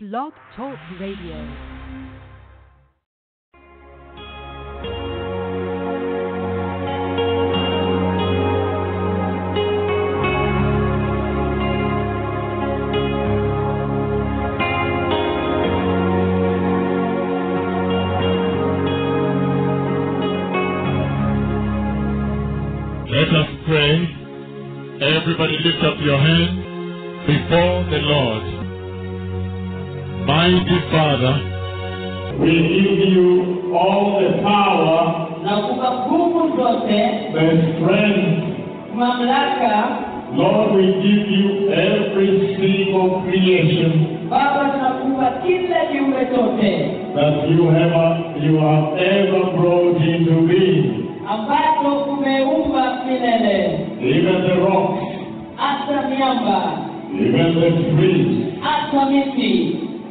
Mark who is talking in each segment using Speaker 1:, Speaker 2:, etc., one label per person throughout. Speaker 1: Blog Talk Radio.
Speaker 2: Let us pray. Everybody lift up your hand before the Lord. Mighty Father,
Speaker 3: We give you all the power,
Speaker 4: nakupa nguvu zote,
Speaker 3: the strength.
Speaker 4: mamlaka.
Speaker 3: Lord, we give you every single creation
Speaker 4: Baba, tunakupa kila kiumbe chote
Speaker 3: that you have, uh, you have ever brought into being.
Speaker 4: ambacho umeumba milele,
Speaker 3: Even the rocks,
Speaker 4: hata miamba,
Speaker 3: even the trees,
Speaker 4: hata miti,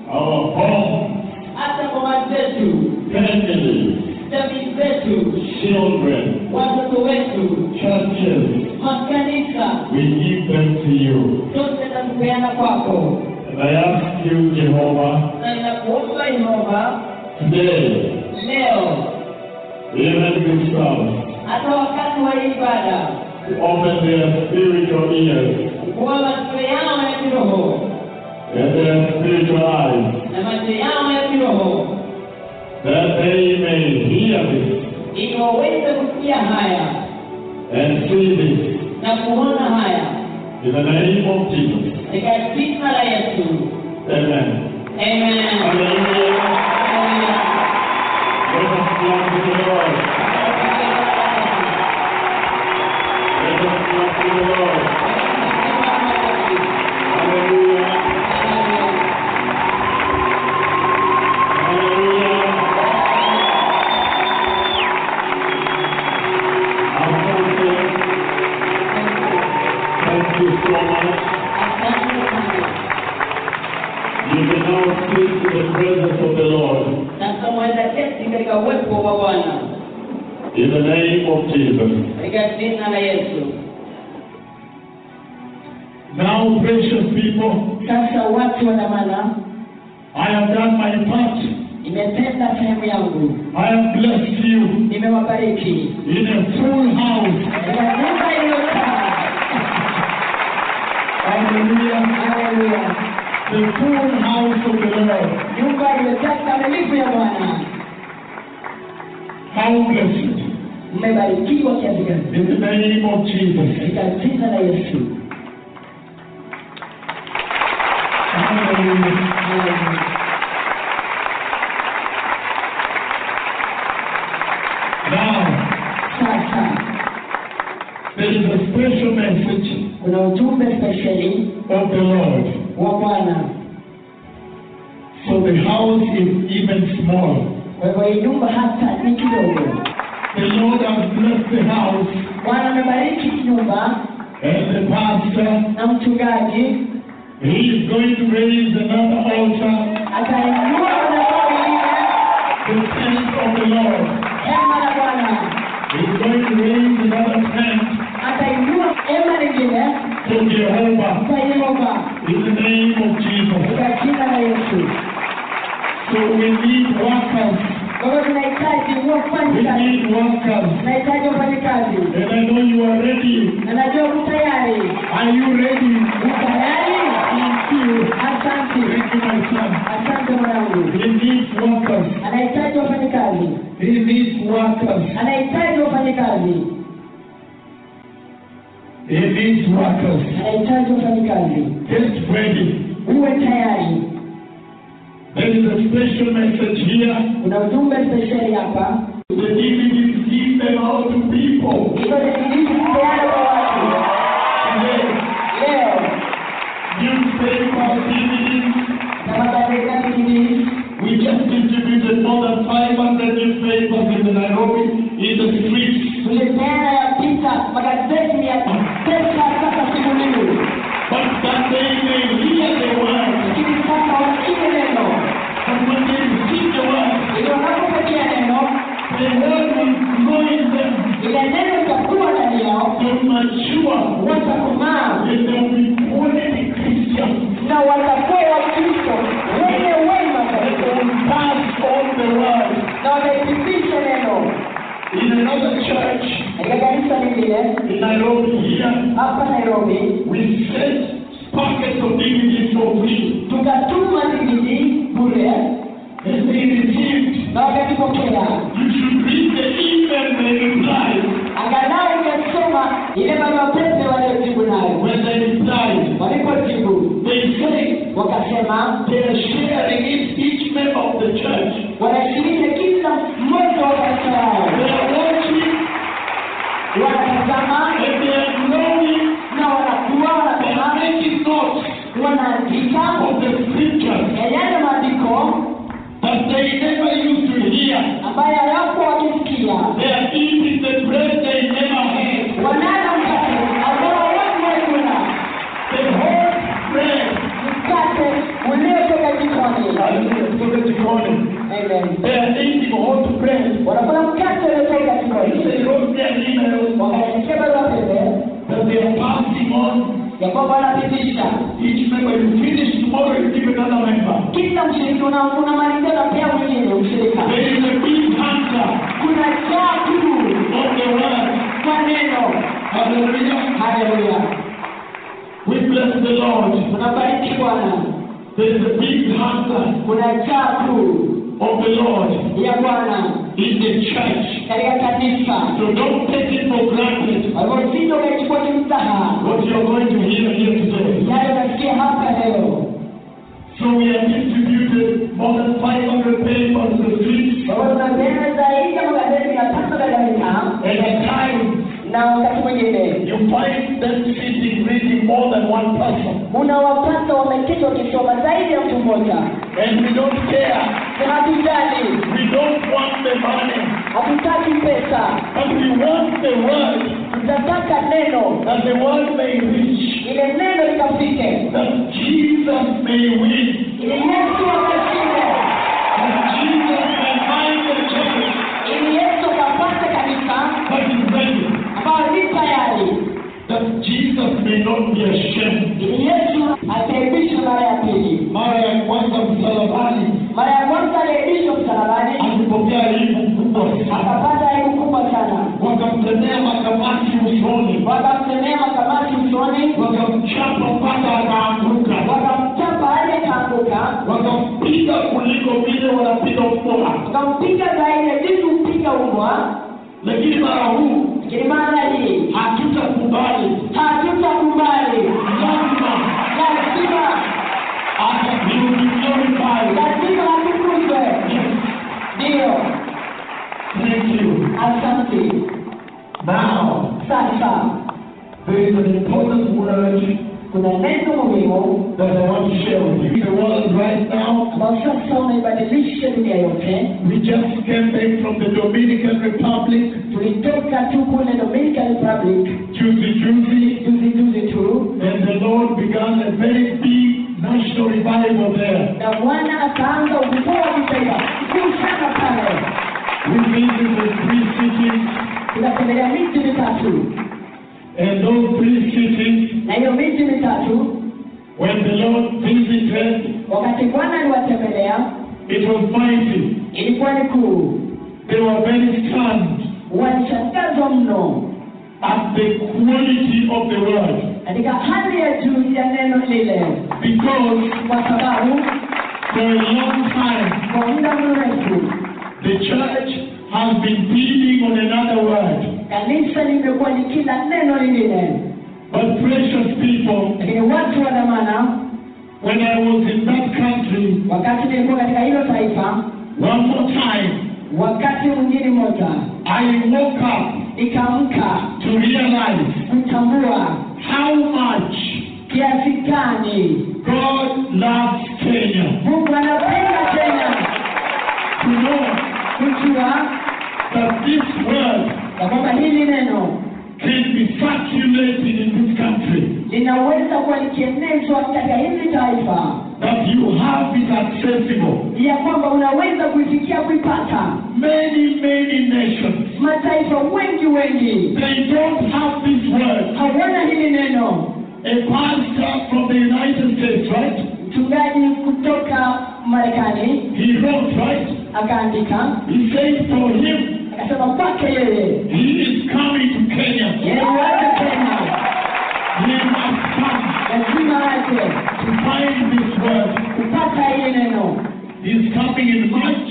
Speaker 3: our homes,
Speaker 4: hata boma zetu,
Speaker 3: families,
Speaker 4: jamii zetu,
Speaker 3: children,
Speaker 4: watoto wetu,
Speaker 3: churches.
Speaker 4: makanisa,
Speaker 3: We give them to you.
Speaker 4: yote nakupeana kwako,
Speaker 3: And I ask you, Jehovah,
Speaker 4: na ninakuomba Yehova
Speaker 3: today,
Speaker 4: leo,
Speaker 3: even yourself,
Speaker 4: hata wakati wa ibada,
Speaker 3: to open their spiritual ears.
Speaker 4: kuwa masikio yao ya kiroho
Speaker 3: that they are spiritualized,
Speaker 4: na macho yao ya kiroho
Speaker 3: that they may hear this
Speaker 4: ili waweze kusikia haya
Speaker 3: and see this
Speaker 4: na kuona haya
Speaker 3: in the name of Jesus.
Speaker 4: katika jina la Yesu.
Speaker 3: Amen.
Speaker 4: Amen.
Speaker 3: Hallelujah. Let us clap to the Lord. Let us clap to the Lord. Hallelujah. Hallelujah. Apostle, Thank you so much. You can now speak to the presence of the Lord
Speaker 4: Na tunaweza kesi katika uwepo wa Bwana
Speaker 3: in the name of Jesus.
Speaker 4: katika jina la Yesu.
Speaker 3: Now, precious people,
Speaker 4: Sasa watu wa dhamana,
Speaker 3: I have done my part.
Speaker 4: nimetenda sehemu yangu,
Speaker 3: I have blessed you
Speaker 4: nimewabariki
Speaker 3: in a full house.
Speaker 4: katika nyumba iliyojaa.
Speaker 3: Hallelujah.
Speaker 4: Haleluya.
Speaker 3: The full house of the Lord.
Speaker 4: nyumba iliyojaa kikamilifu ya Bwana.
Speaker 3: How blessed.
Speaker 4: mmebarikiwa kiasi gani
Speaker 3: In the name of Jesus.
Speaker 4: katika jina la Yesu.
Speaker 3: Hallelujah. Now,
Speaker 4: Sasa
Speaker 3: there is a special message
Speaker 4: kuna ujumbe spesheli
Speaker 3: of the Lord.
Speaker 4: wa Bwana,
Speaker 3: So the house is even small.
Speaker 4: kwa hivyo hii nyumba hata ni kidogo.
Speaker 3: The Lord has blessed the house
Speaker 4: Bwana amebariki nyumba
Speaker 3: and the pastor.
Speaker 4: na mchungaji
Speaker 3: He is going to raise another altar.
Speaker 4: atainua madhabahu ingine
Speaker 3: The tent of the Lord
Speaker 4: hema la Bwana,
Speaker 3: is going to raise another tent
Speaker 4: atainua hema lingine
Speaker 3: to Jehovah
Speaker 4: kwa Yehova
Speaker 3: in the name of Jesus.
Speaker 4: katika jina la Yesu.
Speaker 3: So we need workers.
Speaker 4: Kwa hivyo tunahitaji
Speaker 3: We
Speaker 4: wafanyikazi,
Speaker 3: need workers.
Speaker 4: tunahitaji wafanyikazi,
Speaker 3: And I know you are ready.
Speaker 4: na najua mko tayari,
Speaker 3: Are you ready?
Speaker 4: mko tayari?
Speaker 3: Thank you.
Speaker 4: Asante,
Speaker 3: Thank you, my
Speaker 4: asante mwanangu.
Speaker 3: son. He needs workers.
Speaker 4: Anahitaji wafanyakazi,
Speaker 3: He needs workers.
Speaker 4: anahitaji wafanyakazi,
Speaker 3: He needs workers.
Speaker 4: anahitaji wafanyakazi.
Speaker 3: Get ready.
Speaker 4: Uwe tayari.
Speaker 3: There is a special message here.
Speaker 4: Kuna ujumbe spesheli hapa,
Speaker 3: The DVD is given out to people.
Speaker 4: hivyo nisikilize mpeano kwa watu
Speaker 3: Today.
Speaker 4: leo
Speaker 3: newspaper, DVDs.
Speaker 4: na magazeti kingine.
Speaker 3: We just distributed more than 500 newspapers in the Nairobi in the streets.
Speaker 4: Tulipeana ya pita magazeti ya pesa sasa siku mingi,
Speaker 3: But that they may hear the word.
Speaker 4: lakini sasa wasikie neno
Speaker 3: And when they receive the word,
Speaker 4: ili wanaposikia neno
Speaker 3: the word will grow in them
Speaker 4: ile neno itakuwa ndani yao,
Speaker 3: to mature.
Speaker 4: watakomaa
Speaker 3: And they will be quality Christians.
Speaker 4: na watakuwa Wakristo wenye
Speaker 5: vile
Speaker 3: in Nairobi here,
Speaker 5: hapa Nairobi
Speaker 3: we sent packets of DVDs for free.
Speaker 5: tukatuma DVD bure
Speaker 3: And they received.
Speaker 5: na wakatupokea.
Speaker 3: You should read the email they replied.
Speaker 5: Angalau ikasoma ile barua pepe waliojibu nayo.
Speaker 3: When they replied,
Speaker 5: Walipojibu
Speaker 3: they said
Speaker 5: wakasema
Speaker 3: they are sharing it each member of the church.
Speaker 5: wanashiriki kila mmoja wa kanisa
Speaker 3: They
Speaker 5: lao,
Speaker 3: are watching
Speaker 5: wanatazama
Speaker 3: and they are knowing
Speaker 5: na wanakuwa
Speaker 3: and are
Speaker 5: wanasema
Speaker 3: making notes
Speaker 5: wanaandika
Speaker 3: of the scriptures
Speaker 5: ya yale maandiko
Speaker 3: that they never used to hear.
Speaker 5: ambayo hayakuwa wakisikia
Speaker 3: They are eating the bread they never had.
Speaker 5: wanala mkate ambao wakuwaikuna
Speaker 3: The whole bread.
Speaker 5: mkate uliotoka jikoni.
Speaker 3: And so that you call them.
Speaker 5: Amen.
Speaker 3: They are eating whole bread.
Speaker 5: wanakula mkate uliotoka
Speaker 3: They
Speaker 5: jikoni,
Speaker 3: wrote their emails
Speaker 5: wakaandikia barua pepe
Speaker 3: that they are passing on.
Speaker 5: ya kwamba wanapitisha
Speaker 3: Each member you finish tomorrow you give another member.
Speaker 5: kila mshiriki una- unamalizia na pia mwingine mshirika.
Speaker 3: There is a big answer
Speaker 5: Kuna jabu
Speaker 3: of the word.
Speaker 5: kwa neno.
Speaker 3: Hallelujah.
Speaker 5: Haleluya,
Speaker 3: We bless the Lord.
Speaker 5: tunabariki Bwana.
Speaker 3: There is a big answer
Speaker 5: Kuna jabu
Speaker 3: of the Lord
Speaker 5: ya Bwana
Speaker 3: in the church.
Speaker 5: katika kanisa,
Speaker 3: So don't take it for granted
Speaker 5: walioshinda wakachukua kimtaha
Speaker 3: what you are going to hear here today.
Speaker 5: yale nasikia hapa leo.
Speaker 3: So we have distributed more than 500 papers on the streets
Speaker 5: Kwa hiyo tunapeana zaidi ya magazeti ya tano katika mitaa,
Speaker 3: and at times
Speaker 5: na wakati mwingine
Speaker 3: you find them sitting reading more than one person.
Speaker 5: unawapata wameketi wakisoma zaidi ya mtu mmoja,
Speaker 3: And we don't care.
Speaker 5: na hatujali,
Speaker 3: We don't want the money.
Speaker 5: hatutaki pesa
Speaker 3: But we want the word
Speaker 5: tunataka neno
Speaker 3: that the world may reach,
Speaker 5: ile neno likafike
Speaker 3: that Jesus may win,
Speaker 5: ili yesu akashinde
Speaker 3: that Jesus may find the church
Speaker 5: ili yesu akapate kanisa
Speaker 3: that is ready,
Speaker 5: ambayo ni tayari
Speaker 3: that Jesus may not be ashamed.
Speaker 5: ili yesu ataibishwa mara ya pili
Speaker 3: Mara ya kwanza msalabani
Speaker 5: mara ya kwanza aliibishwa msalabani
Speaker 3: alipokea aibu kubwa sana,
Speaker 5: akapata aibu kubwa sana
Speaker 3: wakamtemea makamasi usoni,
Speaker 5: wakamsemea makamati usoni
Speaker 3: wakamchapa mpaka akaanguka,
Speaker 5: wakamchapa hadi akaanguka
Speaker 3: wakampiga kuliko vile wanapiga mbwa,
Speaker 5: wakampiga zaidi jinsi mpiga umbwa
Speaker 3: lakini mara huu
Speaker 5: lakini mara hii
Speaker 3: hatutakubali
Speaker 5: hatutakubali
Speaker 3: lazima
Speaker 5: lazima
Speaker 3: After you be glorified.
Speaker 5: lazima atukuzwe Ndiyo,
Speaker 3: Thank you.
Speaker 5: asante.
Speaker 3: Now,
Speaker 5: Sasa
Speaker 3: there is an important word
Speaker 5: kuna neno muhimu
Speaker 3: that I want to share with you. The world right now,
Speaker 5: ambayo sasa unaibadilisha dunia yote.
Speaker 3: we just came back from the Dominican Republic,
Speaker 5: Tulitoka tu kule Dominican Republic
Speaker 3: Juicy Juicy,
Speaker 5: juzi juzi tu,
Speaker 3: and the Lord began a very big national revival there.
Speaker 5: na Bwana akaanza ufufuo wa kitaifa kuu sana pale.
Speaker 3: We visited three cities,
Speaker 5: Tunatembelea miji mitatu,
Speaker 3: and those three cities,
Speaker 5: na hiyo miji mitatu,
Speaker 3: when the Lord visited,
Speaker 5: wakati Bwana aliwatembelea
Speaker 3: it was mighty.
Speaker 5: ilikuwa ni kuu,
Speaker 3: They were very stunned
Speaker 5: walishangazwa mno
Speaker 3: at the quality of the word.
Speaker 5: katika hali ya juu ya neno lile,
Speaker 3: Because
Speaker 5: kwa sababu
Speaker 3: for a long time,
Speaker 5: kwa muda mrefu
Speaker 3: the church has been building on another word.
Speaker 5: kanisa limekuwa ni kila neno lingine,
Speaker 3: But precious people,
Speaker 5: lakini watu wa dhamana,
Speaker 3: when I was in that country
Speaker 5: wakati nilikuwa katika hilo taifa,
Speaker 3: one more time,
Speaker 5: wakati mwingine moja
Speaker 3: I woke up
Speaker 5: ikaamka
Speaker 3: to realize
Speaker 5: kutambua
Speaker 3: how much
Speaker 5: kiasi gani
Speaker 3: God loves Kenya.
Speaker 5: Mungu anapenda Kenya,
Speaker 3: To know
Speaker 5: kujua
Speaker 3: that this word
Speaker 5: ya kwamba hili neno
Speaker 3: can be circulated in this country,
Speaker 5: linaweza kuwa likienezwa katika hili taifa,
Speaker 3: that you have it accessible.
Speaker 5: ya kwamba unaweza kuifikia kuipata
Speaker 3: Many, many nations,
Speaker 5: mataifa wengi wengi
Speaker 3: they don't have this word.
Speaker 5: hawana hili neno.
Speaker 3: a pastor from the United States, right?
Speaker 5: Mchungaji kutoka Marekani
Speaker 3: He wrote, right?
Speaker 5: akaandika
Speaker 3: He said for him,
Speaker 5: akasema, kwake yeye
Speaker 3: he is is coming to Kenya.
Speaker 5: Yeye wote Kenya
Speaker 3: He must come
Speaker 5: lazima aje
Speaker 3: to find this word.
Speaker 5: kupata ile neno.
Speaker 3: He's coming in March,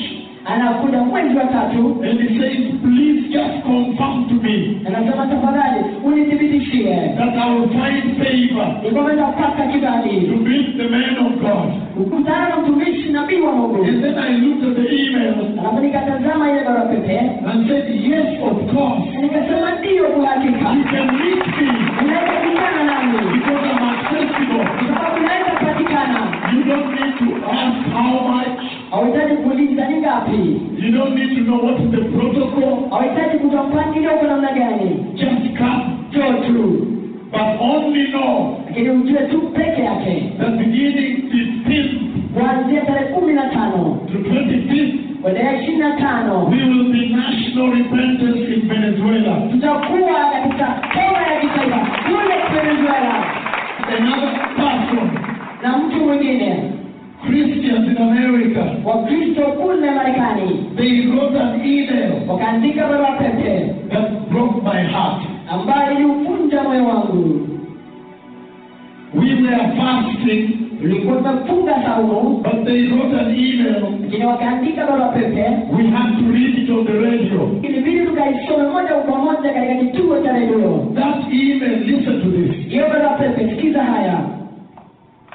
Speaker 5: Anakuja mwezi wa tatu,
Speaker 3: and he says, please just confirm to me
Speaker 5: anasema tafadhali unithibitishie
Speaker 3: that I will find favor
Speaker 5: ni kwamba nitapata
Speaker 3: to
Speaker 5: kibali
Speaker 3: meet the man of God.
Speaker 5: kukutana na mtumishi nabii wa Mungu.
Speaker 3: And then I looked at the email
Speaker 5: Alafu nikatazama ile barua pepe
Speaker 3: and said, yes, of course.
Speaker 5: na nikasema ndiyo, kwa hakika
Speaker 3: You can meet me
Speaker 5: unaweza kukutana nami
Speaker 3: because I'm accessible.
Speaker 5: kwa sababu unaweza patikana.
Speaker 3: You don't need to ask how much.
Speaker 5: Hauhitaji kuuliza ni ngapi,
Speaker 3: You don't need to know what's the protocol.
Speaker 5: hauhitaji kujua mpangilio uko namna gani,
Speaker 3: Just come.
Speaker 5: njoo tu,
Speaker 3: But only know
Speaker 5: lakini ujue tu peke yake
Speaker 3: that beginning 15th
Speaker 5: kuanzia tarehe kumi na tano
Speaker 3: to 25th,
Speaker 5: kuendelea ishirini na tano
Speaker 3: we will be national repentance in Venezuela.
Speaker 5: tutakuwa katika hema ya kitaifa kule Venezuela
Speaker 3: Another person,
Speaker 5: na mtu mwingine
Speaker 3: Christians in America,
Speaker 5: Wakristo kule Marekani
Speaker 3: they wrote an email
Speaker 5: wakaandika barua pepe
Speaker 3: that broke my heart.
Speaker 5: ambayo iliuvunja moyo wangu.
Speaker 3: We were fasting,
Speaker 5: Ulikuwa umefunga saumu,
Speaker 3: but they wrote an email.
Speaker 5: lakini wakaandika barua pepe,
Speaker 3: We had to read it on the radio.
Speaker 5: ilibidi tukaisome moja kwa moja katika kituo cha redio.
Speaker 3: That email, listen to this.
Speaker 5: Hiyo barua pepe, sikiza haya,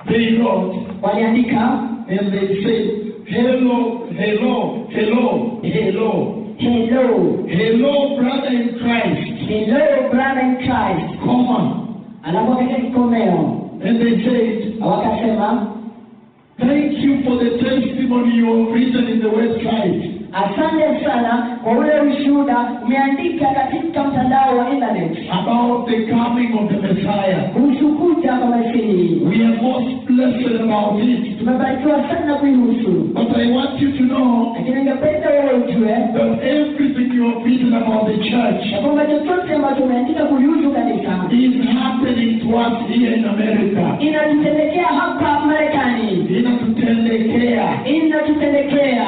Speaker 3: They wrote
Speaker 5: waliandika
Speaker 3: and they said, Hello, hello, hello, hello,
Speaker 5: hello
Speaker 3: hello, brother in Christ.
Speaker 5: Hello, brother in Christ.
Speaker 3: Comma.
Speaker 5: Anapokea kikomeo
Speaker 3: And they said,
Speaker 5: wakasema
Speaker 3: Thank you for the testimony you have written in the website.
Speaker 5: asante sana kwa ule ushuhuda umeandika katika mtandao wa internet
Speaker 3: About the coming of the Messiah.
Speaker 5: kuhusu kuja kwa Masihi.
Speaker 3: We are most blessed about it.
Speaker 5: Tumebarikiwa sana kuihusu,
Speaker 3: But I want you to know
Speaker 5: lakini ningependa wewe ujue
Speaker 3: that everything you have written about the
Speaker 5: ya
Speaker 3: church
Speaker 5: kwamba chochote ambacho umeandika kulihusu kanisa
Speaker 3: is happening to us here in America.
Speaker 5: inatutendekea hapa Marekani,
Speaker 3: inatutendekea
Speaker 5: inatutendekea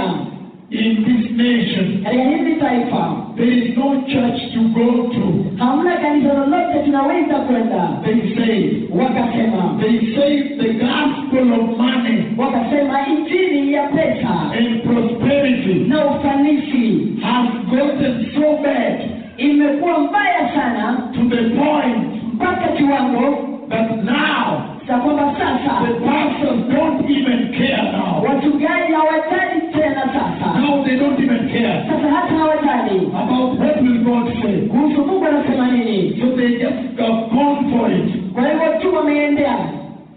Speaker 3: in this nation.
Speaker 5: katika hili taifa.
Speaker 3: There is no church to go to.
Speaker 5: Hamna kanisa lolote tunaweza kwenda.
Speaker 3: They say,
Speaker 5: Wakasema
Speaker 3: they say the gospel of money
Speaker 5: wakasema injili ya pesa
Speaker 3: and prosperity
Speaker 5: na ufanisi
Speaker 3: has gotten so bad
Speaker 5: imekuwa mbaya sana
Speaker 3: to the point
Speaker 5: mpaka kiwango
Speaker 3: that now
Speaker 5: cha kwamba
Speaker 3: the
Speaker 5: sasa
Speaker 3: pastors don't even care now.
Speaker 5: wachungaji hawajali tena sasa
Speaker 3: Now they don't even care
Speaker 5: sasa hata hawajali
Speaker 3: about what will God say.
Speaker 5: kuhusu mungu anasema nini
Speaker 3: So they just have gone for it.
Speaker 5: kwa hivyo tu wameendea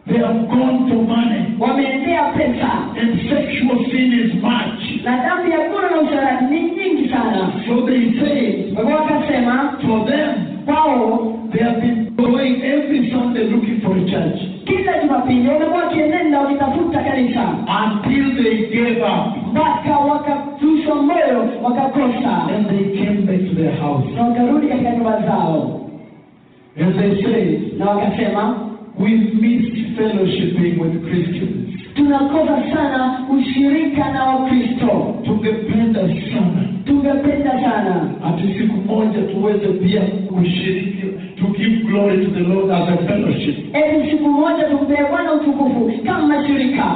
Speaker 3: They have gone for money.
Speaker 5: wameendea pesa
Speaker 3: And sexual sin is much.
Speaker 5: na dhambi ya gura na usharati ni nyingi sana
Speaker 3: So they say,
Speaker 5: kwa hivyo wakasema
Speaker 3: for them,
Speaker 5: kwao
Speaker 3: they have been going every Sunday looking for a church
Speaker 5: kila jumapili wamekuwa wakienenda wakitafuta kanisa
Speaker 3: until they gave up
Speaker 5: mpaka wakatusha moyo wakakosa
Speaker 3: and they came back to their house.
Speaker 5: na wakarudi katika nyumba zao
Speaker 3: And they say,
Speaker 5: na wakasema
Speaker 3: we missed fellowshipping with Christians.
Speaker 5: tunakosa sana ushirika na wakristo
Speaker 3: Tungependa sana
Speaker 5: tungependa sana
Speaker 3: ati siku moja tuweze pia kushiriki to give glory to the Lord as a fellowship.
Speaker 5: eti siku moja tumpee bwana utukufu kama shirika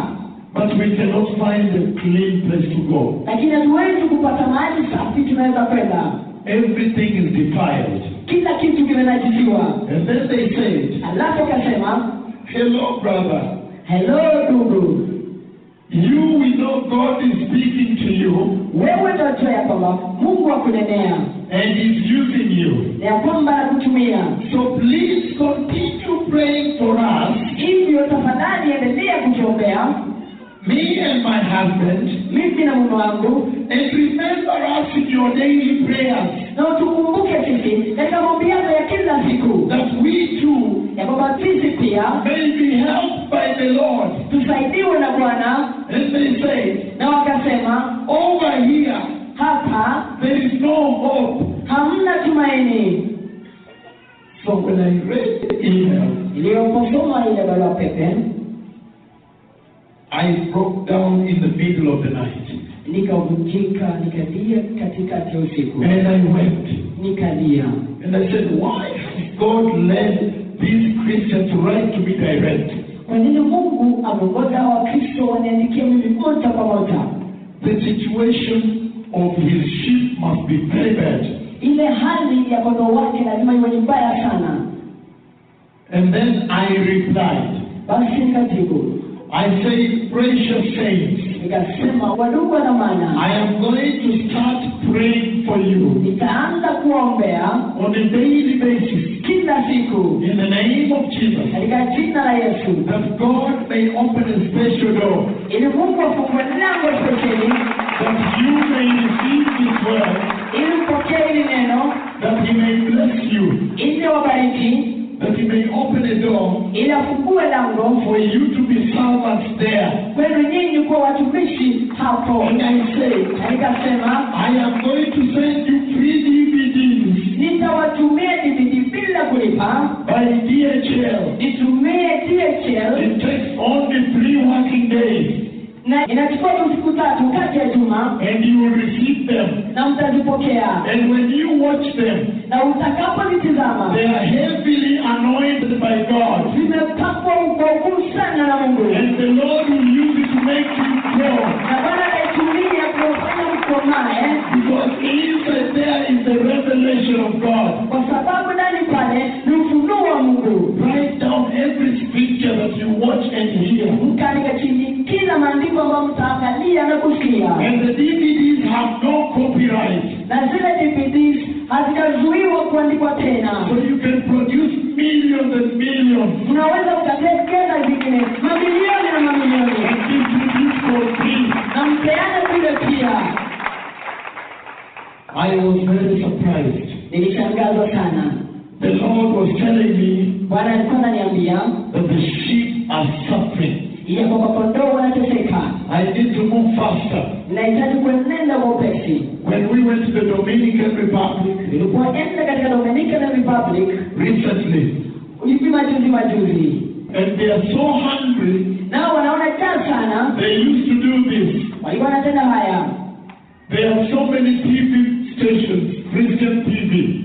Speaker 3: But we cannot find a clean place to go.
Speaker 5: lakini hatuwezi kupata mahali safi tunaweza kwenda
Speaker 3: Everything is defiled.
Speaker 5: kila kitu kimenajiziwa
Speaker 3: And then they said,
Speaker 5: alafu akasema
Speaker 3: hello brother.
Speaker 5: helo ndugu
Speaker 3: You will know God is speaking to you
Speaker 5: wewe ndoto ya kwamba mungu akunenea
Speaker 3: and is using you.
Speaker 5: ya kwamba anakutumia
Speaker 3: So please continue praying for us,
Speaker 5: hivyo tafadhali endelea kutuombea
Speaker 3: me and my husband,
Speaker 5: mimi na mume wangu
Speaker 3: and remember us in your daily prayers
Speaker 5: na tukumbuke sisi katika maombi yako ya kila siku
Speaker 3: that we too
Speaker 5: ya kwamba sisi pia
Speaker 3: may be helped by the Lord.
Speaker 5: tusaidiwe na bwana
Speaker 3: And they say,
Speaker 5: na wakasema
Speaker 3: over here,
Speaker 5: hapa
Speaker 3: there is no hope.
Speaker 5: hamna tumaini
Speaker 3: So when I read the email,
Speaker 5: iliyoposoma ile barua pepe
Speaker 3: I broke down in the middle of the night.
Speaker 5: nikavunjika nikalia katikati ya usiku
Speaker 3: And I wept.
Speaker 5: nikalia
Speaker 3: And I said, Why has God led these Christians to write to me direct?
Speaker 5: kwa nini mungu ameongoza wakristo waniandikia mimi moja kwa moja
Speaker 3: The situation of his sheep must be very bad.
Speaker 5: ile hali ya kondoo wake lazima iwe ni mbaya sana
Speaker 3: And then I replied,
Speaker 5: basi nikajibu
Speaker 3: I say, precious saints,
Speaker 5: nikasema wadugu wana
Speaker 3: I
Speaker 5: maana
Speaker 3: am going to start praying for you
Speaker 5: nitaanza kuwaombea
Speaker 3: on a daily basis
Speaker 5: kila siku
Speaker 3: in the name of Jesus
Speaker 5: katika jina la yesu
Speaker 3: that God may open a special door
Speaker 5: ili mungu afungue lango spesheli
Speaker 3: that you may receive this word,
Speaker 5: ili upokee hili neno
Speaker 3: that He may bless you,
Speaker 5: ili wabariki
Speaker 3: that He may open a door
Speaker 5: ili afungue lango
Speaker 3: for you to be servants there.
Speaker 5: kwenu nyinyi kuwa watumishi hapo
Speaker 3: And I say,
Speaker 5: na nikasema
Speaker 3: I am going to send you three DVDs
Speaker 5: nitawatumia DVD bila kulipa
Speaker 3: by DHL.
Speaker 5: nitumie DHL
Speaker 3: It takes only three working days,
Speaker 5: na inachukua tu siku tatu kati ya juma
Speaker 3: and you will receive them.
Speaker 5: na mtazipokea
Speaker 3: And when you watch them,
Speaker 5: na utakapozitizama
Speaker 3: they are heavily anointed by God.
Speaker 5: zimepakwa ukovu sana na mungu
Speaker 3: And the Lord will use it to make you grow.
Speaker 5: na bwana ataitumia kuwafanya mkomae
Speaker 3: Because inside there is the revelation of God.
Speaker 5: kwa sababu ndani pale ni ufunuo wa mungu
Speaker 3: Write down every scripture that you watch and hear.
Speaker 5: mkaandika chini kila maandiko ambayo mtaangalia na kusikia
Speaker 3: And the DVDs have no copyright.
Speaker 5: na zile dvds hazijazuiwa kuandikwa tena
Speaker 3: So you can produce millions and millions
Speaker 5: unaweza kukatekeza zingine mamilioni na
Speaker 3: and
Speaker 5: mamilioni
Speaker 3: distribute for free.
Speaker 5: na mpeana zile pia
Speaker 3: I was very surprised.
Speaker 5: nilishangazwa sana
Speaker 3: The Lord was telling me
Speaker 5: bwana alikuwa ananiambia
Speaker 3: that the sheep are suffering.
Speaker 5: ya kwamba kondoo wanateseka
Speaker 3: I need to move faster.
Speaker 5: nahitaji kuenenda kwa upesi
Speaker 3: When we went to the Dominican Republic
Speaker 5: nilikuwa enda katika dominican republic
Speaker 3: recently,
Speaker 5: hivi majuzi majuzi
Speaker 3: and they are so hungry,
Speaker 5: nao wanaona njaa sana
Speaker 3: they used to do this.
Speaker 5: walikuwa wanatenda haya
Speaker 3: There are so many TV stations, Christian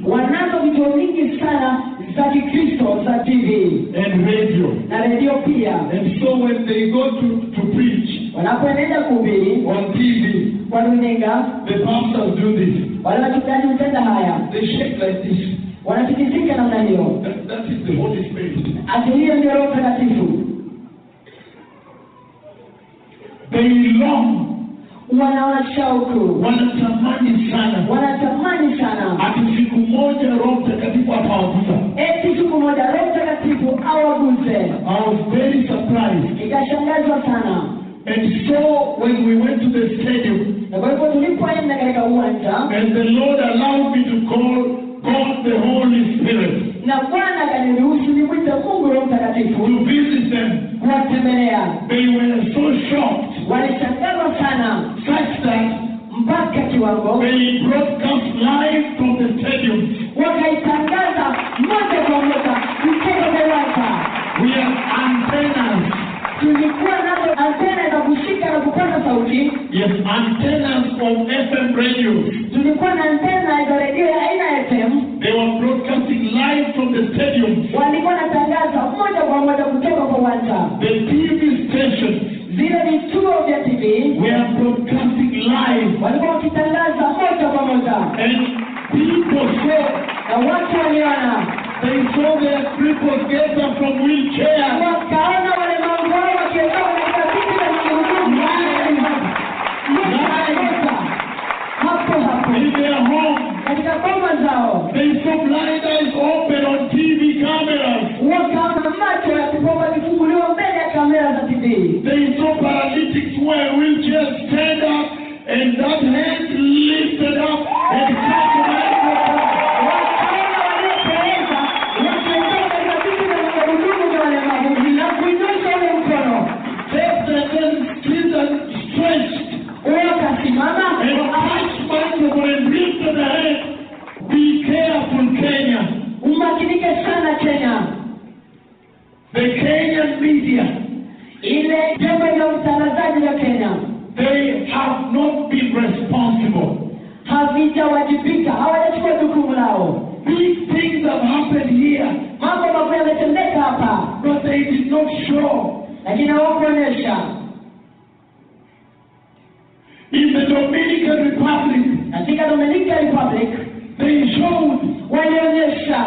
Speaker 5: wanazo vituo vingi sana za kikristo za tv
Speaker 3: TV and radio.
Speaker 5: na redio pia
Speaker 3: And so when they go to, to preach
Speaker 5: wanapoenenda kuhubiri
Speaker 3: on TV,
Speaker 5: kwa runinga
Speaker 3: the pastors do this.
Speaker 5: wale wachungaji hutenda haya
Speaker 3: They shake like this.
Speaker 5: wanatikisika namna hiyo
Speaker 3: That, that is the Holy Spirit.
Speaker 5: ati hiyo ndio roho takatifu
Speaker 3: They long,
Speaker 5: wanaona shauku
Speaker 3: wanatamani sana.
Speaker 5: wanatamani sana
Speaker 3: Ati siku moja Roho Mtakatifu atawagusa.
Speaker 5: eti siku moja roho mtakatifu awaguse
Speaker 3: I was very surprised.
Speaker 5: ikashangazwa sana
Speaker 3: And so when we went to the stadium,
Speaker 5: na kwa hivyo tulipoenda katika uwanja
Speaker 3: and the Lord allowed me to call God the Holy Spirit
Speaker 5: na bwana akaniruhusu nimwite mungu roho mtakatifu
Speaker 3: to visit them,
Speaker 5: kuwatembelea
Speaker 3: they were so shocked
Speaker 5: walishangazwa sana
Speaker 3: such that
Speaker 5: mpaka kiwango
Speaker 3: they broadcast live from the stadium.
Speaker 5: wakaitangaza moja kwa moja mchezo umewaka
Speaker 3: We have antennas.
Speaker 5: tulikuwa nazo antena za kushika na kupata sauti
Speaker 3: Yes, antennas from FM radio.
Speaker 5: tulikuwa na antena za redio ya aina fm
Speaker 3: They were broadcasting live from the stadium.
Speaker 5: walikuwa natangaza moja kwa moja kutoka kwa uwanja
Speaker 3: The TV stations
Speaker 5: vile vituo vya tv
Speaker 3: were broadcasting live.
Speaker 5: walikuwa wakitangaza moja kwa moja
Speaker 3: And people saw,
Speaker 5: na watu waliona
Speaker 3: they saw their people get up from wheelchairs.
Speaker 5: wakaona walemavu wao wakiondoka katika viti vya magurudumu hapo hapo
Speaker 3: in their home.
Speaker 5: katika boma zao
Speaker 3: They saw blind eyes open on TV cameras.
Speaker 5: wakaona macho ya kupoka vifunguliwa mbele ya kamera za tv
Speaker 3: They saw paralytics where wheelchairs stand up and that hand lifted up and touched the microphone.
Speaker 5: wakaona waliopeleza wakiendoka katika viti vya magurudumu vya walemavu na kuinyosha ule mkono
Speaker 3: Take the hand, squeezed and stretched
Speaker 5: wakasimama
Speaker 3: and touched microphone and lifted the hand. Be careful, Kenya.
Speaker 5: umakinike sana kenya
Speaker 3: The Kenyan media,
Speaker 5: ile jambo la utangazaji la kenya
Speaker 3: they have not been
Speaker 5: hawajawajibika hawajachukua jukumu lao
Speaker 3: Big things have happened here,
Speaker 5: mambo makuu yametendeka hapa
Speaker 3: but they did not show.
Speaker 5: lakini hawakuonyesha
Speaker 3: In the Dominican Republic,
Speaker 5: katika dominican republic
Speaker 3: they showed,
Speaker 5: walionyesha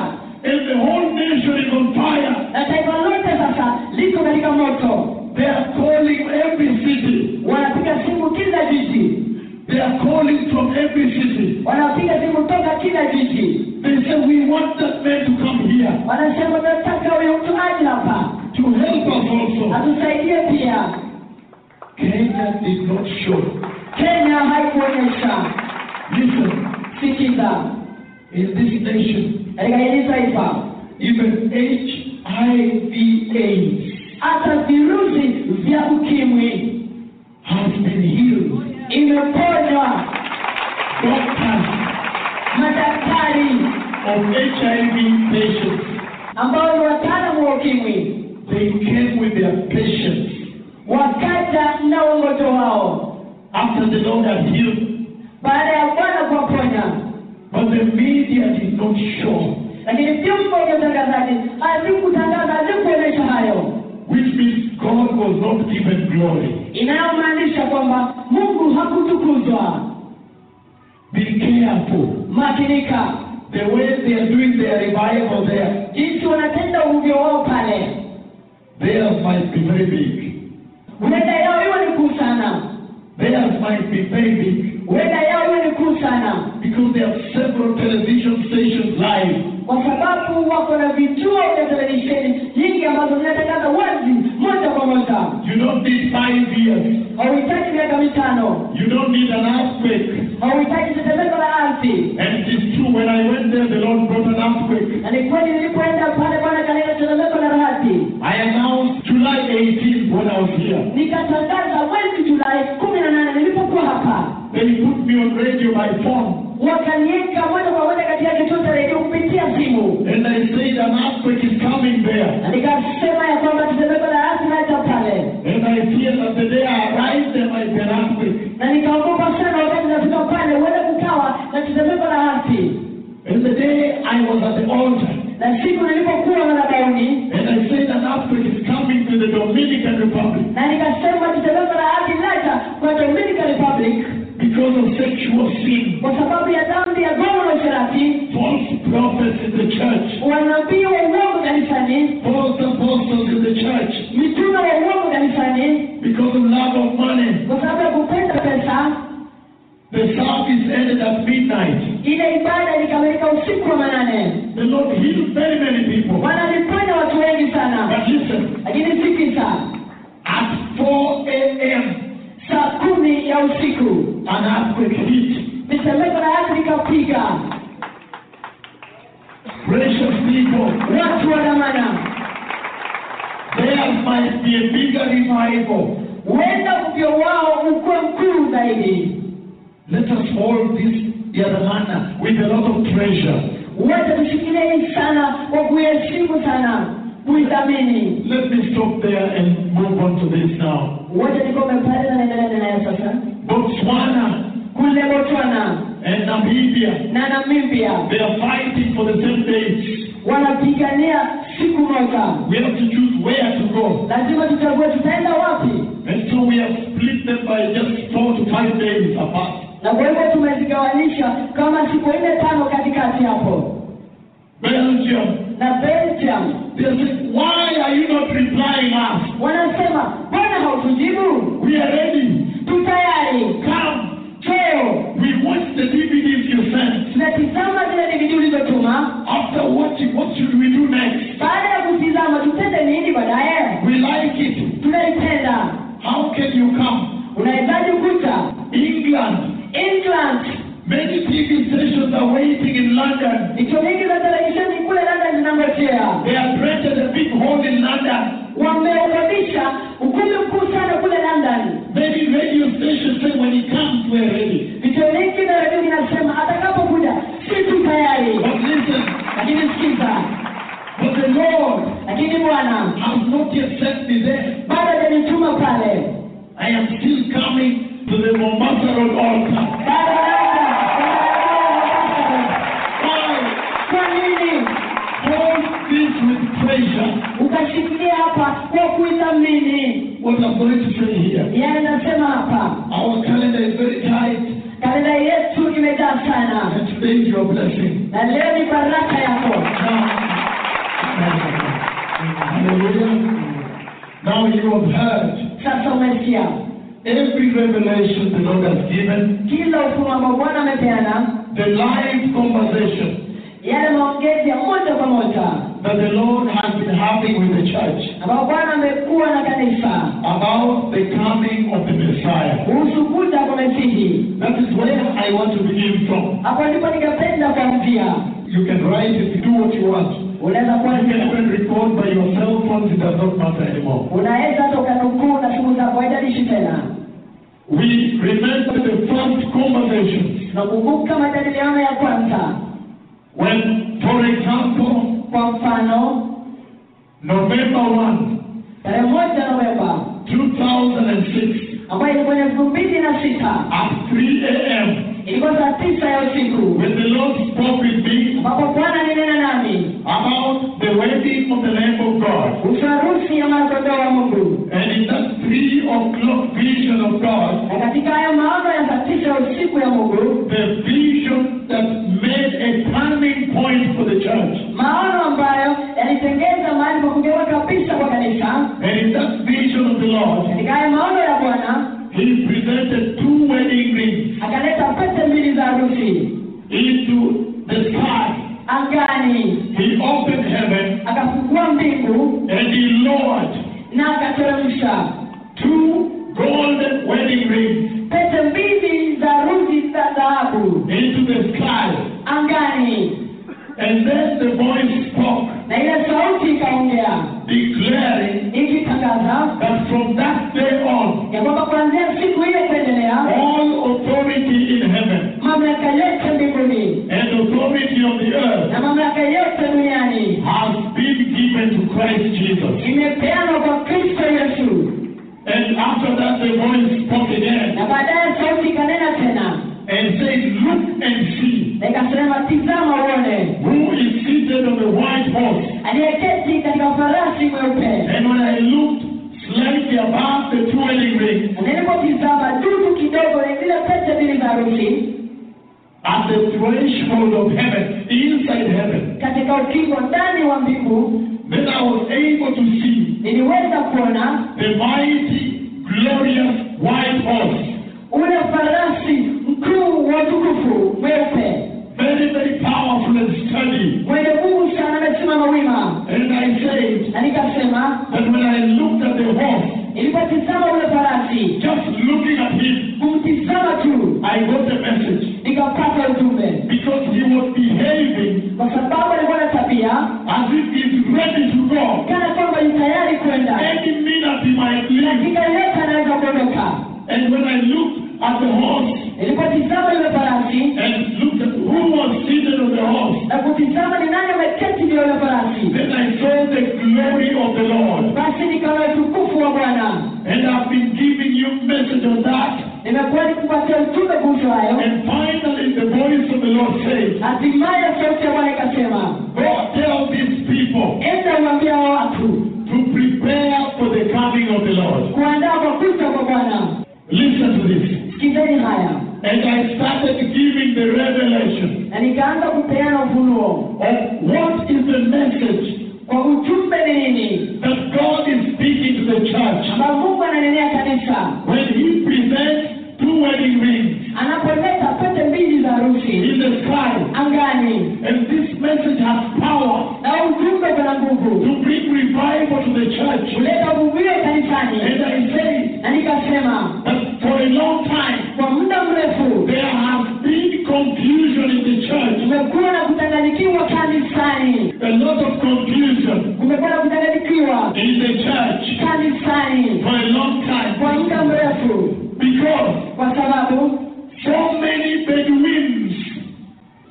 Speaker 3: and the whole nation is on fire.
Speaker 5: na taifa lote sasa liko katika moto
Speaker 3: They are calling every city.
Speaker 5: wanapiga simu kila jiji
Speaker 3: They are calling from every city.
Speaker 5: wanapiga simu toka kila jiji
Speaker 3: They say, We want that man to come here
Speaker 5: wanasema nataka huyo mtu aje hapa
Speaker 3: to help us also.
Speaker 5: atusaidie pia
Speaker 3: Kenya did not show.
Speaker 5: kenya haikuonyesha
Speaker 3: Listen,
Speaker 5: sikiza
Speaker 3: in this nation,
Speaker 5: katika hili taifa
Speaker 3: even HIV AIDS
Speaker 5: hata virusi vya ukimwi
Speaker 3: has been healed.
Speaker 5: imeponywa
Speaker 3: Doctors
Speaker 5: madaktari
Speaker 3: of HIV patients,
Speaker 5: ambao ni wataalamu wa ukimwi
Speaker 3: they came with their patients
Speaker 5: wakaja na ugonjwa wao
Speaker 3: after the Lord had healed,
Speaker 5: baada ya bwana kuwaponya
Speaker 3: but the media did not show.
Speaker 5: lakini vyombo vya utangazaji hazikutangaza hazikuonyesha hayo
Speaker 3: Which means God was not given glory.
Speaker 5: inayomaanisha kwamba mungu hakutukuzwa
Speaker 3: Be careful.
Speaker 5: makinika
Speaker 3: The way they are doing their revival there,
Speaker 5: jinsi wanatenda uvyo wao pale
Speaker 3: theirs might be very big.
Speaker 5: huenda yao iwe ni kuu sana
Speaker 3: Theirs might be very big.
Speaker 5: huenda yao iwe ni kuu sana
Speaker 3: Because they have several television stations live.
Speaker 5: kwa sababu wako na vituo vya televisheni nyingi ambazo zinatangaza wazi moja kwa moja
Speaker 3: You don't need five years.
Speaker 5: hauhitaji miaka mitano
Speaker 3: You don't need an earthquake.
Speaker 5: hauhitaji tetemeko la ardhi
Speaker 3: And it is true, when I went there, the Lord brought an earthquake.
Speaker 5: na ni kweli nilipoenda pale bwana kaleta tetemeko la ardhi
Speaker 3: I announced July 18th when I was here.
Speaker 5: nikatangaza mwezi julai kumi na nane nilipokuwa hapa
Speaker 3: They put me on radio by phone.
Speaker 5: wakanieka moja kwa moja katika kituo cha redio kupitia simu
Speaker 3: And I said an earthquake is coming there.
Speaker 5: na nikasema ya kwamba tetemeko la ardhi naita pale
Speaker 3: And I fear that the day I arrive there might be an earthquake.
Speaker 5: na nikaogopa sana wakati nafika pale huenda kukawa na tetemeko la ardhi
Speaker 3: And the day I was at the altar.
Speaker 5: na siku nilipokuwa madhabahuni
Speaker 3: And I said an earthquake is coming to the Dominican Republic
Speaker 5: na nikasema tetemeko la ardhi leta kwa dominican republic
Speaker 3: because of sexual sin.
Speaker 5: kwa sababu ya dhambi ya gomo na usherati
Speaker 3: false prophets in the church,
Speaker 5: wanabii wa uongo kanisani
Speaker 3: false apostles in the church,
Speaker 5: mitume wa uongo kanisani
Speaker 3: because of love of money.
Speaker 5: kwa sababu ya kupenda pesa
Speaker 3: The service ended at midnight.
Speaker 5: ile ibada ilikamilika usiku wa manane
Speaker 3: The Lord healed very many people.
Speaker 5: wanaliponya watu wengi sana
Speaker 3: But listen,
Speaker 5: lakini sikiza
Speaker 3: at 4 a.m.,
Speaker 5: saa kumi ya usiku
Speaker 3: an earthquake hit.
Speaker 5: mitetemeko na ardhi ikapiga
Speaker 3: Precious people,
Speaker 5: watu wa damana
Speaker 3: there might be a bigger revival.
Speaker 5: huenda uvyo wao ukuwe mkuu zaidi
Speaker 3: Let us hold this Yadamana with a lot of treasure.
Speaker 5: huenda tushikilie hii sana kwa kuiheshimu sana kuidhamini
Speaker 3: Let me stop there and move on to this now.
Speaker 5: wote nikome pale na naendelea nayo sasa
Speaker 3: Botswana
Speaker 5: kule botswana
Speaker 3: and Namibia.
Speaker 5: na namibia
Speaker 3: They are fighting for the same day.
Speaker 5: wanapigania siku moja
Speaker 3: We have to choose where to go.
Speaker 5: lazima tuchague tutaenda wapi
Speaker 3: And so we have split them by just four to five days apart.
Speaker 5: na kwa hivyo tumezigawanisha kama siku nne tano katikati hapo
Speaker 3: Belgium,
Speaker 5: na belgium
Speaker 3: they say, why are you not replying us?
Speaker 5: wanasema bwana hautujibu
Speaker 3: We are ready.
Speaker 5: tu tayari
Speaker 3: Come.
Speaker 5: cheo
Speaker 3: We watched the DVDs you sent.
Speaker 5: tunatizama zile dividi ulizotuma
Speaker 3: After watching, what should we do next?
Speaker 5: baada ya kutizama tutende nini baadaye
Speaker 3: We like it.
Speaker 5: tunaipenda
Speaker 3: How can you come?
Speaker 5: unahitaji kuta
Speaker 3: England.
Speaker 5: england
Speaker 3: Many TV stations are waiting in London.
Speaker 5: ndicho nyingi za televisheni kule london zinangojea
Speaker 3: They have rented a big hall in London.
Speaker 5: wameunganisha ukumbi mkuu sana kule london
Speaker 3: Maybe radio stations say when he comes we're ready.
Speaker 5: ndicho nyingi na redio inasema atakapokuja situ tayari
Speaker 3: But listen,
Speaker 5: lakini sikiza
Speaker 3: but the Lord
Speaker 5: lakini bwana
Speaker 3: has not yet sent me there.
Speaker 5: bado hajanituma pale
Speaker 3: I am still coming to the Mombasa Road altar.
Speaker 5: bado naenda nini
Speaker 3: what I'm going to say here.
Speaker 5: yani nasema hapa
Speaker 3: Our calendar is very tight,
Speaker 5: kalenda yetu imejaa sana
Speaker 3: and today is your blessing.
Speaker 5: na leo ni baraka yako
Speaker 3: Hallelujah. Now you have heard
Speaker 5: sasa umesikia
Speaker 3: every revelation the Lord has given,
Speaker 5: kila ufumu ambao bwana amepeana
Speaker 3: the live conversation
Speaker 5: yale maongezi ya moja kwa moja
Speaker 3: that the Lord has been having with the church
Speaker 5: ambao bwana amekuwa na kanisa
Speaker 3: about the coming of the Messiah.
Speaker 5: kuhusu kuja kwa mesihi
Speaker 3: That is where I want to begin from.
Speaker 5: hapo ndipo nikapenda kuanzia
Speaker 3: You can write it, do what you want.
Speaker 5: unaweza
Speaker 3: You can
Speaker 5: kuanzia
Speaker 3: even record by your cell phones, it does not matter anymore.
Speaker 5: unaweza hata ukanukuu na shughuli zako haijalishi tena
Speaker 3: We remember the first conversation
Speaker 5: tunakumbuka majadiliano ya kwanza
Speaker 3: when, for example,
Speaker 5: kwa mfano
Speaker 3: November 1,
Speaker 5: tarehe moja novemba
Speaker 3: 2006,
Speaker 5: ambayo ilikuwa ni elfu mbili na sita
Speaker 3: at 3 a.m.,
Speaker 5: ilikuwa saa tisa ya usiku
Speaker 3: when the Lord spoke with me
Speaker 5: ambapo bwana alinena nami
Speaker 3: about the wedding of the Lamb of God.
Speaker 5: kuhusu harusi ya mwanakondoo wa mungu
Speaker 3: And in that 3 o'clock vision of God,
Speaker 5: na katika hayo maono ya saa tisa ya usiku ya mungu
Speaker 3: the vision that made a turning point for the church.
Speaker 5: maono ambayo yalitengeza mahali pa kugeuka kabisa kwa kanisa
Speaker 3: And in that vision of the Lord,
Speaker 5: katika hayo maono ya bwana
Speaker 3: He presented two wedding rings
Speaker 5: akaleta pete mbili za harusi
Speaker 3: into the sky.
Speaker 5: angani
Speaker 3: He opened heaven
Speaker 5: akafungua mbingu
Speaker 3: and He lowered
Speaker 5: na akateremsha
Speaker 3: two golden wedding rings
Speaker 5: pete mbili za harusi za dhahabu
Speaker 3: into the sky.
Speaker 5: angani
Speaker 3: And then the voice spoke,
Speaker 5: na ile sauti ikaongea
Speaker 3: declaring
Speaker 5: ikitangaza
Speaker 3: that from that day on,
Speaker 5: ya kwamba kuanzia siku ile kuendelea
Speaker 3: all authority in heaven
Speaker 5: mamlaka yote mbinguni
Speaker 3: and authority on the earth
Speaker 5: na mamlaka yote duniani
Speaker 3: has been given to Christ Jesus.
Speaker 5: imepeanwa kwa kristo yesu
Speaker 3: And after that, the voice spoke again
Speaker 5: na baadaye sauti ikanena tena
Speaker 3: and said, Look and see
Speaker 5: na ikasema tizama uone
Speaker 3: who is seated on the white horse.
Speaker 5: aliyeketi katika farasi mweupe
Speaker 3: And when I looked slightly above the two wedding rings
Speaker 5: Na nilipotizama juu kidogo ya zile pete mbili za harusi
Speaker 3: at the threshold of heaven, inside heaven,
Speaker 5: katika ukingo ndani wa mbingu
Speaker 3: then I was able to see
Speaker 5: niliweza kuona
Speaker 3: the mighty, glorious white horse,
Speaker 5: ule farasi mkuu wa utukufu mweupe
Speaker 3: very, very powerful and sturdy.
Speaker 5: mwenye nguvu sana amesimama wima
Speaker 3: And I said
Speaker 5: na nikasema
Speaker 3: that when I looked at the horse,
Speaker 5: nilipotizama ule farasi
Speaker 3: Just looking at him,
Speaker 5: kumtizama tu
Speaker 3: I got the message
Speaker 5: nikapata ujumbe
Speaker 3: because he was behaving
Speaker 5: kwa sababu alikuwa na tabia
Speaker 3: as if he's ready to go.
Speaker 5: kana kwamba ni tayari kwenda
Speaker 3: Any minute he might leave.
Speaker 5: dakika yote anaweza kuondoka
Speaker 3: And when I looked at the horse
Speaker 5: nilipotizama yule farasi
Speaker 3: and looked at who was seated on the horse,
Speaker 5: na kutizama ni nani ameketi juu ya yule farasi
Speaker 3: then I saw the glory of the Lord.
Speaker 5: basi nikaona utukufu wa bwana
Speaker 3: And I've been giving you message on that.
Speaker 5: nimekuwa nikupatia ujumbe kuhusu hayo
Speaker 3: And finally, the voice of the Lord said,
Speaker 5: hatimaye sauti ya bwana ikasema
Speaker 3: Go tell these people
Speaker 5: enda uambia wa watu
Speaker 3: to prepare for the coming of the Lord.
Speaker 5: kuandaa kwa kuja kwa bwana
Speaker 3: Listen to this.
Speaker 5: sikizeni haya
Speaker 3: And I started giving the revelation
Speaker 5: na nikaanza kupeana ufunuo
Speaker 3: of what is the message
Speaker 5: kwa ujumbe ni nini
Speaker 3: that God is speaking to the church
Speaker 5: ambao mungu ananenea kanisa
Speaker 3: when He presents two wedding rings
Speaker 5: anapoleta pete mbili za harusi
Speaker 3: in the sky.
Speaker 5: angani
Speaker 3: And this message has power
Speaker 5: na ujumbe kuna nguvu
Speaker 3: to bring revival to the church.
Speaker 5: kuleta vuguio kanisani
Speaker 3: And I say
Speaker 5: na nikasema
Speaker 3: that for a long time
Speaker 5: kwa muda mrefu
Speaker 3: there has been confusion in the church,
Speaker 5: tumekuwa na kutanganyikiwa kanisani
Speaker 3: a lot of confusion
Speaker 5: kumekuwa na kutanganyikiwa
Speaker 3: in the church
Speaker 5: kanisani
Speaker 3: for a long
Speaker 5: kwa
Speaker 3: time
Speaker 5: muda mrefu
Speaker 3: because
Speaker 5: kwa sababu
Speaker 3: So many Bedouins,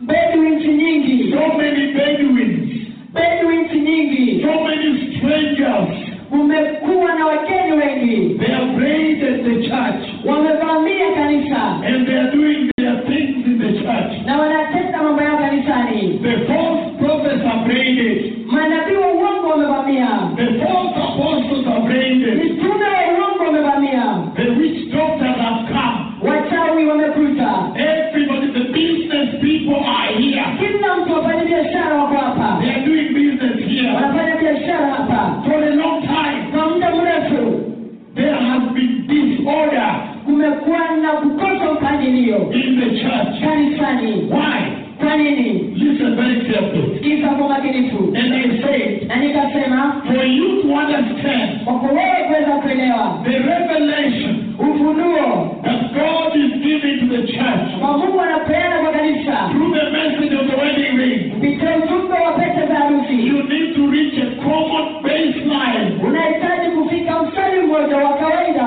Speaker 5: bedwi nchi nyingi
Speaker 3: so many Bedouins,
Speaker 5: bedwi nchi nyingi
Speaker 3: so many strangers,
Speaker 5: kumekuwa na wageni wengi
Speaker 3: they have raided the
Speaker 5: kuna kukosa upangilio
Speaker 3: in the church.
Speaker 5: kanisani.
Speaker 3: Why?
Speaker 5: Kwa nini?
Speaker 3: Listen very carefully.
Speaker 5: Sikiza kwa makinifu.
Speaker 3: And I said,
Speaker 5: Na nikasema
Speaker 3: for you to understand
Speaker 5: kwa kuwa wewe kuweza kuelewa
Speaker 3: the revelation
Speaker 5: ufunuo
Speaker 3: that God is giving to the church
Speaker 5: kwa Mungu anapeana kwa kanisa
Speaker 3: through the message of the wedding ring,
Speaker 5: kupitia ujumbe wa pete za harusi,
Speaker 3: you need to reach a common baseline.
Speaker 5: unahitaji kufika mstari mmoja wa kawaida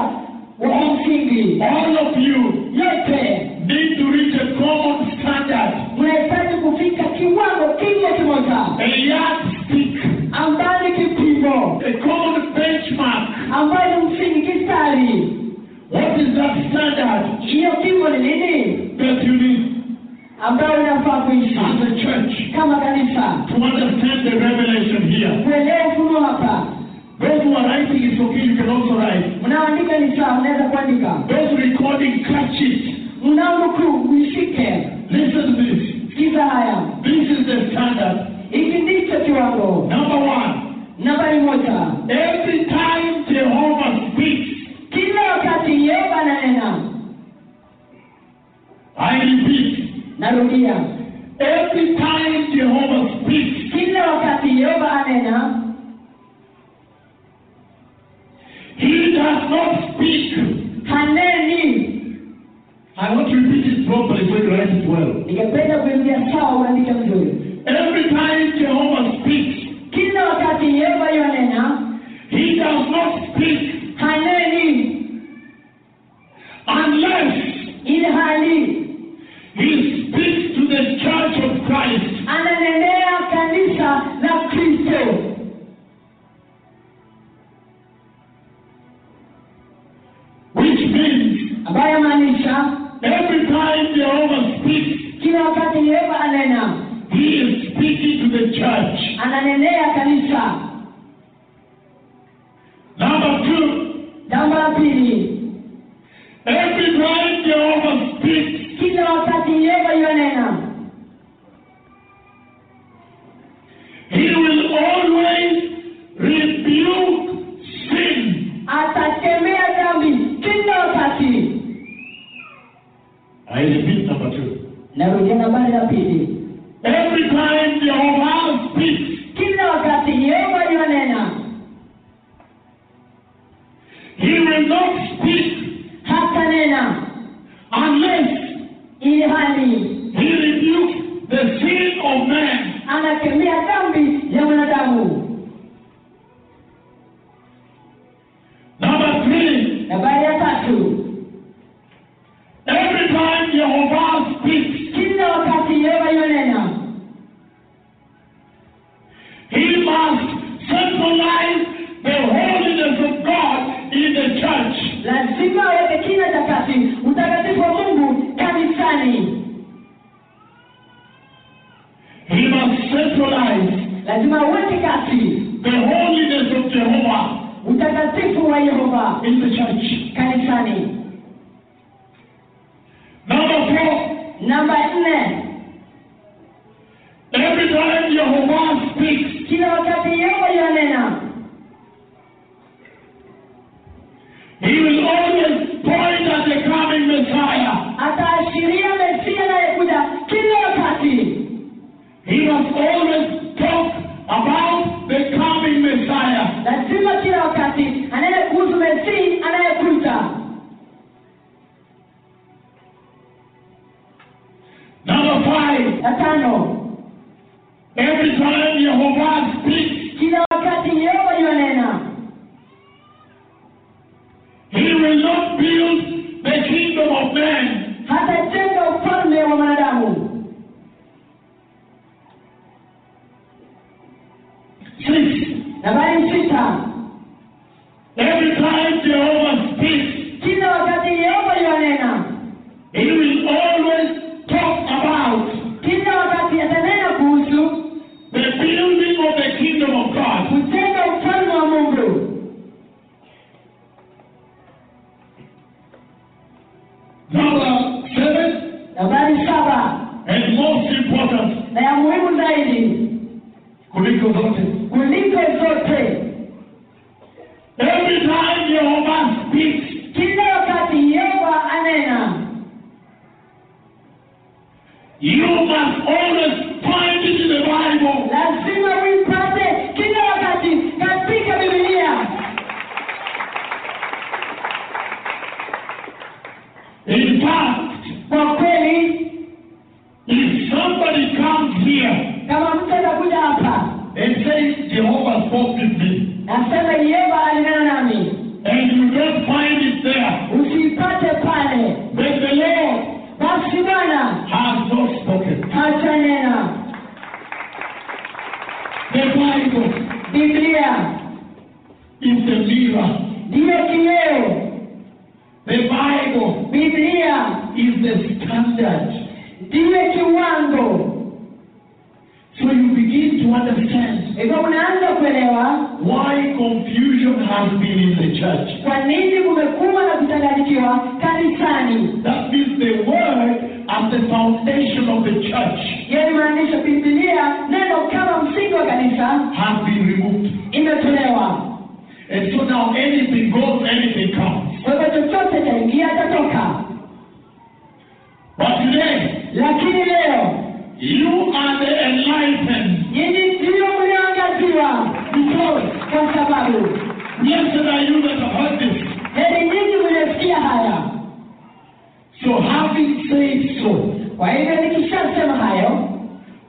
Speaker 5: wa msingi.
Speaker 3: All of you
Speaker 5: Yote
Speaker 3: need to reach a common standard,
Speaker 5: unahitaji kufika kiwango kile kimoja
Speaker 3: a yardstick,
Speaker 5: ambayo ni kipimo,
Speaker 3: a common benchmark.
Speaker 5: ambayo ni msingi, kistari.
Speaker 3: What is that standard
Speaker 5: Hiyo kimo ni nini
Speaker 3: that you need
Speaker 5: ambayo inafaa kuishi
Speaker 3: as a church
Speaker 5: kama kanisa?
Speaker 3: to understand the revelation here?
Speaker 5: Kuelewa ufunuo hapa.
Speaker 3: Those who are writing, it's okay, you can also write.
Speaker 5: Mnaandika ni sawa, mnaweza kuandika.
Speaker 3: Those recording, catch it.
Speaker 5: Mnanukuu, uishike.
Speaker 3: Listen to this.
Speaker 5: Sikiza haya,
Speaker 3: This is the standard.
Speaker 5: hiki ndicho kiwango
Speaker 3: Number one,
Speaker 5: nambari moja.
Speaker 3: every time Jehovah speaks,
Speaker 5: Kila wakati Yehova ananena,
Speaker 3: I repeat,
Speaker 5: narudia,
Speaker 3: every time Jehovah speaks,
Speaker 5: kila wakati Yehova anena,
Speaker 3: he does not speak.
Speaker 5: haneni.
Speaker 3: I want to repeat it properly so you write it well.
Speaker 5: Ningependa kuingia sawa, uandike mzuri.
Speaker 3: Every time Jehovah speaks,
Speaker 5: Kila wakati Yehova yanena,
Speaker 3: he does not speak
Speaker 5: haneni,
Speaker 3: unless
Speaker 5: ili hali
Speaker 3: he speaks to the church of Christ.
Speaker 5: ananenea kanisa la Kristo.
Speaker 3: Which means
Speaker 5: Ambayo maanisha
Speaker 3: every time Jehovah speaks,
Speaker 5: kila wakati Yehova anena,
Speaker 3: he is speaking to the church.
Speaker 5: ananenea kanisa.
Speaker 3: Number two,
Speaker 5: Jambo la pili,
Speaker 3: every time Jehovah speaks,
Speaker 5: kila wakati Yehova yanena
Speaker 3: he will always rebuke sin.
Speaker 5: atakemea dhambi kila wakati.
Speaker 3: I repeat number two.
Speaker 5: Narudia nambari ya pili,
Speaker 3: Every time Jehovah speaks,
Speaker 5: kila wakati Yehova yanena
Speaker 3: he will not speak
Speaker 5: hatanena
Speaker 3: unless
Speaker 5: ili hali
Speaker 3: He rebukes the sin of man.
Speaker 5: anakemea dhambi ya mwanadamu.
Speaker 3: Number three,
Speaker 5: Nambari ya tatu,
Speaker 3: every time Jehovah speaks,
Speaker 5: kila wakati Yehova yanena
Speaker 3: he must symbolize the holiness of God in the church.
Speaker 5: lazima aweke kina chakati utakatifu wa Mungu kanisani,
Speaker 3: He must symbolize
Speaker 5: lazima aweke kati
Speaker 3: the holiness of Jehovah
Speaker 5: utakatifu wa Yehova
Speaker 3: in the church.
Speaker 5: kanisani.
Speaker 3: Number four,
Speaker 5: Namba nne,
Speaker 3: every time Jehovah speaks,
Speaker 5: kila wakati Yehova yanena,
Speaker 3: he will always point at the coming Messiah.
Speaker 5: ataashiria Mesia anayekuja kila wakati,
Speaker 3: He must always talk about the coming Messiah.
Speaker 5: lazima kila wakati anene kuhusu Mesia anayekuja.
Speaker 3: Number five,
Speaker 5: La tano,
Speaker 3: every time Jehovah speaks,
Speaker 5: kila wakati Yehova yanena,
Speaker 3: he will not build the kingdom of man.
Speaker 5: hatajenga ufalme wa mwanadamu.
Speaker 3: Six,
Speaker 5: Nambari sita,
Speaker 3: every time Jehovah speaks,
Speaker 5: kila wakati Yehova yanena,
Speaker 3: he will always talk about
Speaker 5: kila wakati atanena kuhusu
Speaker 3: the building of the kingdom of God.
Speaker 5: kujenga ufalme wa Mungu.
Speaker 3: Number seven,
Speaker 5: Nambari saba,
Speaker 3: and most important,
Speaker 5: na ya muhimu zaidi
Speaker 3: kuliko zote,
Speaker 5: kuliko zote,
Speaker 3: every time Jehovah speaks,
Speaker 5: kila wakati Yehova anena,
Speaker 3: You must always find it in the Bible.
Speaker 5: lazima uipate kila wakati katika bibilia
Speaker 3: In fact,
Speaker 5: kwa kweli
Speaker 3: if somebody comes here
Speaker 5: kama mtu atakuja hapa
Speaker 3: and says Jehovah spoke with me,
Speaker 5: nasema yehova alinena nami
Speaker 3: and you don't find it there,
Speaker 5: usipate pale
Speaker 3: then the Lord
Speaker 5: basi bwana
Speaker 3: has not spoken.
Speaker 5: hatanena
Speaker 3: The Bible
Speaker 5: biblia
Speaker 3: is the mirror.
Speaker 5: ndiyo kioo
Speaker 3: The Bible
Speaker 5: biblia
Speaker 3: is the standard.
Speaker 5: ndiyo kiwango
Speaker 3: So you begin to understand
Speaker 5: hivyo unaanza kuelewa
Speaker 3: why confusion has been in the church.
Speaker 5: kwa nini kumekuwa na kuchanganyikiwa kanisani
Speaker 3: That means the word as the foundation of the church
Speaker 5: yani maanisha biblia neno kama msingi wa kanisa
Speaker 3: has been removed.
Speaker 5: imetolewa
Speaker 3: And so now anything goes, anything comes.
Speaker 5: kwa hivyo chochote chaingia chatoka
Speaker 3: But today,
Speaker 5: lakini leo
Speaker 3: you are the enlightened.
Speaker 5: nyinyi ndiyo mlioangaziwa
Speaker 3: Because
Speaker 5: kwa sababu
Speaker 3: blessed are you that have heard this.
Speaker 5: heri nyinyi mliosikia haya
Speaker 3: So having said so,
Speaker 5: kwa hivyo nikishasema hayo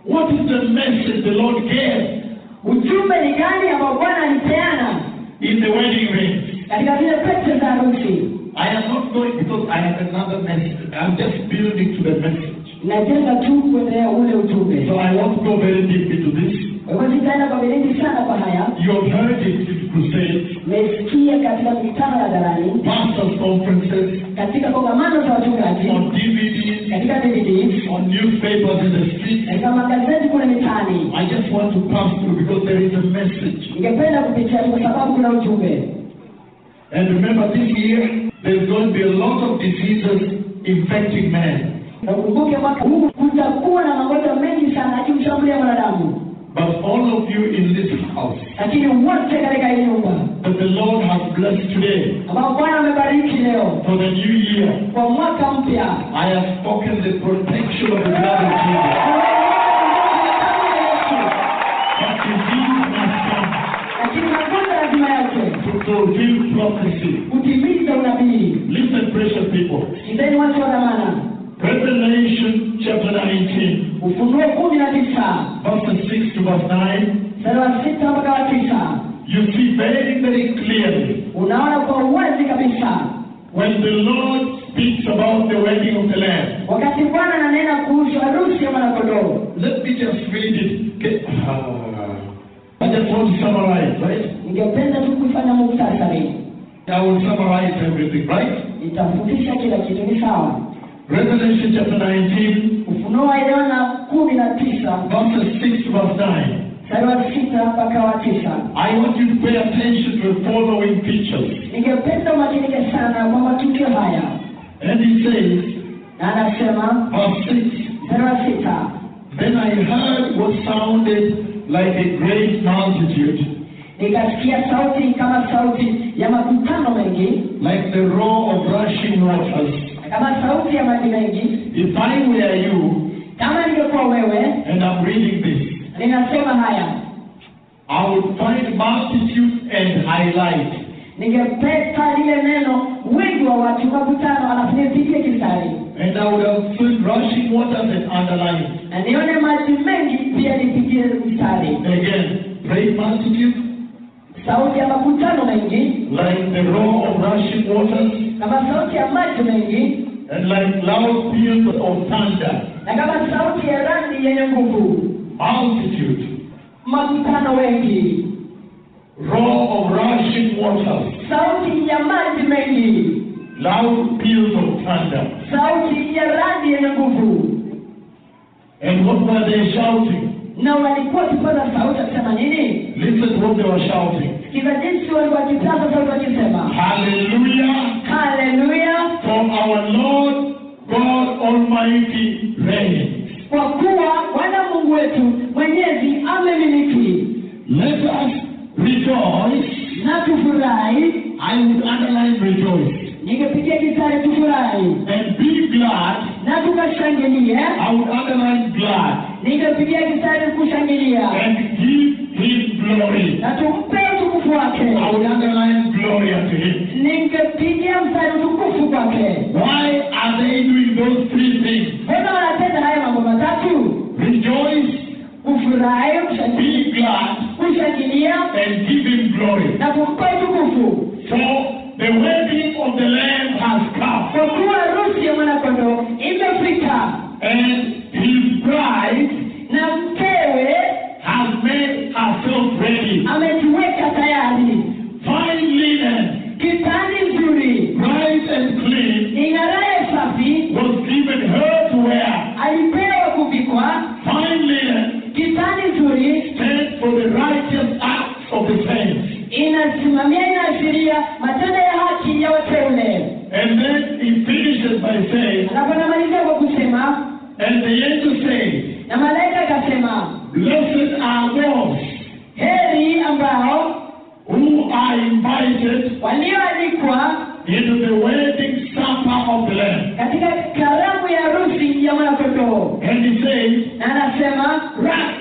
Speaker 3: what is the message the Lord gave
Speaker 5: ujumbe ni gani ambao bwana alipeana
Speaker 3: in the wedding ring?
Speaker 5: katika zile pete za harusi
Speaker 3: I am not going because I have another message. I'm just building to the message.
Speaker 5: najenga tu kuendelea ule ujumbe
Speaker 3: So I won't go very deep into this.
Speaker 5: Kwa hivyo sitaenda kwa vilindi sana kwa haya
Speaker 3: You have heard it in crusades,
Speaker 5: mesikia katika mikutano ya hadharani
Speaker 3: pastors' conferences,
Speaker 5: katika kongamano za wachungaji
Speaker 3: on DVDs,
Speaker 5: katika DVD,
Speaker 3: on newspapers in the streets.
Speaker 5: katika magazeti kule mitaani
Speaker 3: I just want to pass through because there is a message.
Speaker 5: ningependa kupitia tu kwa sababu kuna ujumbe
Speaker 3: And remember, this year there's going to be a lot of diseases infecting man.
Speaker 5: na ukumbuke mwaka huu kutakuwa na magonjwa mengi sana akimshambulia mwanadamu
Speaker 3: But all of you in this house,
Speaker 5: lakini wote katika hii nyumba
Speaker 3: that the Lord has blessed today
Speaker 5: ambao bwana amebariki leo
Speaker 3: for the new year,
Speaker 5: kwa mwaka mpya
Speaker 3: I have spoken the protection of the blood of Jesus. But disease must come
Speaker 5: lakini magonjwa lazima yake
Speaker 3: to fulfill prophecy.
Speaker 5: kutimiza unabii
Speaker 3: Listen, precious people.
Speaker 5: kiteni watu wa dhamana
Speaker 3: Revelation chapter 19,
Speaker 5: ufunuo kumi na tisa
Speaker 3: verses 6 to verse 9,
Speaker 5: mstari wa sita mpaka wa tisa
Speaker 3: you see very, very clearly
Speaker 5: unaona kwa uwazi kabisa
Speaker 3: When the Lord speaks about the wedding of the Lamb,
Speaker 5: wakati bwana ananena kuhusu harusi ya mwanakondoo
Speaker 3: let me just read it. Okay. Ah. I just want to summarize, right?
Speaker 5: ningependa tu kuifanya muktasari
Speaker 3: I will summarize everything, right?
Speaker 5: nitafupisha kila kitu ni sawa
Speaker 3: Revelation chapter 19,
Speaker 5: ufunuo wa iliona kumi na tisa
Speaker 3: verses 6 to verse 9.
Speaker 5: mstari wa sita mpaka wa tisa
Speaker 3: I want you to pay attention to the following pictures.
Speaker 5: ningependa umakinike sana kwa matukio haya
Speaker 3: And he says,
Speaker 5: na anasema
Speaker 3: verse 6,
Speaker 5: mstari wa sita
Speaker 3: Then I heard what sounded like a great multitude,
Speaker 5: nikasikia sauti kama sauti ya makutano mengi
Speaker 3: like the roar of rushing waters.
Speaker 5: na kama sauti ya maji mengi
Speaker 3: If I were you,
Speaker 5: kama ningekuwa wewe
Speaker 3: and I'm reading this.
Speaker 5: ninasema haya
Speaker 3: I would find multitude and highlight,
Speaker 5: ningepeta lile neno wengi wa watu makutano alafu nipigie kisari
Speaker 3: and I would have seen rushing waters and underline.
Speaker 5: na nione maji mengi pia nipigie mstari
Speaker 3: Again, great multitude,
Speaker 5: sauti ya makutano mengi
Speaker 3: like the roar of rushing waters,
Speaker 5: kama sauti ya maji mengi
Speaker 3: and like loud peals of thunder.
Speaker 5: na kama sauti ya radi yenye nguvu
Speaker 3: Multitude,
Speaker 5: makutano wengi
Speaker 3: roar of rushing waters,
Speaker 5: sauti ya maji mengi
Speaker 3: loud peals of thunder.
Speaker 5: sauti ya radi yenye nguvu
Speaker 3: And what were they shouting?
Speaker 5: na walikuwa wakipaza sauti wakisema nini
Speaker 3: Listen what they were shouting.
Speaker 5: sikiza jinsi walikuwa wakipaza sauti wakisema
Speaker 3: Hallelujah
Speaker 5: haleluya
Speaker 3: for our Lord God Almighty reigns.
Speaker 5: kwa kuwa bwana mungu wetu mwenyezi amemiliki
Speaker 3: Let us rejoice.
Speaker 5: na tufurahi
Speaker 3: I would underline rejoice.
Speaker 5: ningepigia kitare tufurahi
Speaker 3: And be glad glad.
Speaker 5: na tukashangilia
Speaker 3: I would underline glad
Speaker 5: ningepigia kisari kushangilia
Speaker 3: and give him glory.
Speaker 5: na tumpe utukufu wake
Speaker 3: I would underline glory unto him.
Speaker 5: ningepigia mstari utukufu kwake
Speaker 3: Why are they doing those three things?
Speaker 5: mbona wanatenda haya mambo matatu
Speaker 3: Rejoice,
Speaker 5: kufurahi kushangilia
Speaker 3: be glad,
Speaker 5: kushangilia
Speaker 3: and give him glory.
Speaker 5: na kumpa utukufu
Speaker 3: So the wedding of the Lamb has come,
Speaker 5: kwa kuwa harusi ya mwanakondoo imefika
Speaker 3: and his bride
Speaker 5: na mkewe
Speaker 3: has made herself ready.
Speaker 5: amejiweka tayari
Speaker 3: Fine linen,
Speaker 5: kitani nzuri
Speaker 3: bright and clean,
Speaker 5: ing'araye safi
Speaker 3: was given her to wear.
Speaker 5: alipewa kuvikwa
Speaker 3: Fine linen
Speaker 5: kitani nzuri
Speaker 3: stands for the righteous acts of the saints.
Speaker 5: inasimamia inaashiria matendo ya haki ya wateule
Speaker 3: And then he finishes by saying,
Speaker 5: anaponamalizia kwa kusema
Speaker 3: and the angel says,
Speaker 5: na malaika akasema
Speaker 3: Blessed are those
Speaker 5: heri ambao
Speaker 3: who are invited
Speaker 5: walioalikwa
Speaker 3: into the wedding supper of the Lamb.
Speaker 5: katika karamu ya harusi ya mwanakondoo
Speaker 3: And he says,
Speaker 5: na anasema
Speaker 3: Right,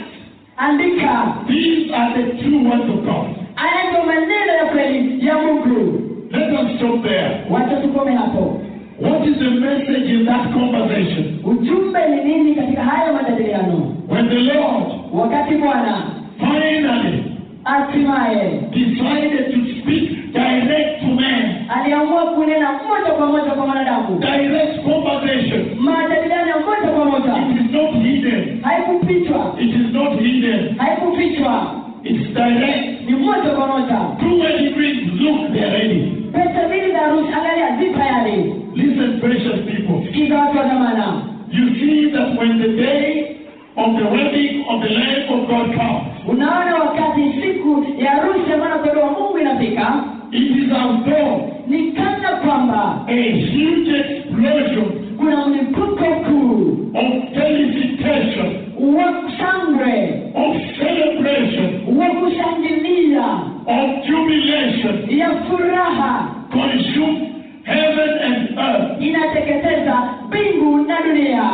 Speaker 5: andika
Speaker 3: these are the true ones of God.
Speaker 5: haya ndio maneno ya kweli ya mungu
Speaker 3: Let us stop there.
Speaker 5: wacha tukome hapo
Speaker 3: What is the message in that conversation?
Speaker 5: ujumbe ni nini katika haya majadiliano
Speaker 3: When the Lord
Speaker 5: wakati bwana
Speaker 3: finally
Speaker 5: hatimaye
Speaker 3: decided to speak direct to man,
Speaker 5: aliamua kunena moja kwa moja kwa mwanadamu
Speaker 3: direct conversation.
Speaker 5: majadiliano ya moja kwa moja
Speaker 3: It is not hidden.
Speaker 5: haikufichwa
Speaker 3: It is not hidden.
Speaker 5: haikufichwa
Speaker 3: It's direct.
Speaker 5: ni moja kwa moja
Speaker 3: Two wedding rings, look, they're ready.
Speaker 5: pesa mbili za harusi angalia zi tayari
Speaker 3: Listen, precious people.
Speaker 5: sikiza watu wa dhamana
Speaker 3: You see that when the day of the wedding of the Lamb of God comes,
Speaker 5: unaona wakati siku ya harusi ya mwanakondoo wa mungu inafika
Speaker 3: it is as though
Speaker 5: ni kana kwamba
Speaker 3: a huge explosion
Speaker 5: kuna mlipuko kuu
Speaker 3: of felicitation,
Speaker 5: wa shangwe
Speaker 3: of celebration,
Speaker 5: wa kushangilia
Speaker 3: of jubilation
Speaker 5: ya furaha
Speaker 3: consumes heaven and earth,
Speaker 5: inateketeza mbingu na dunia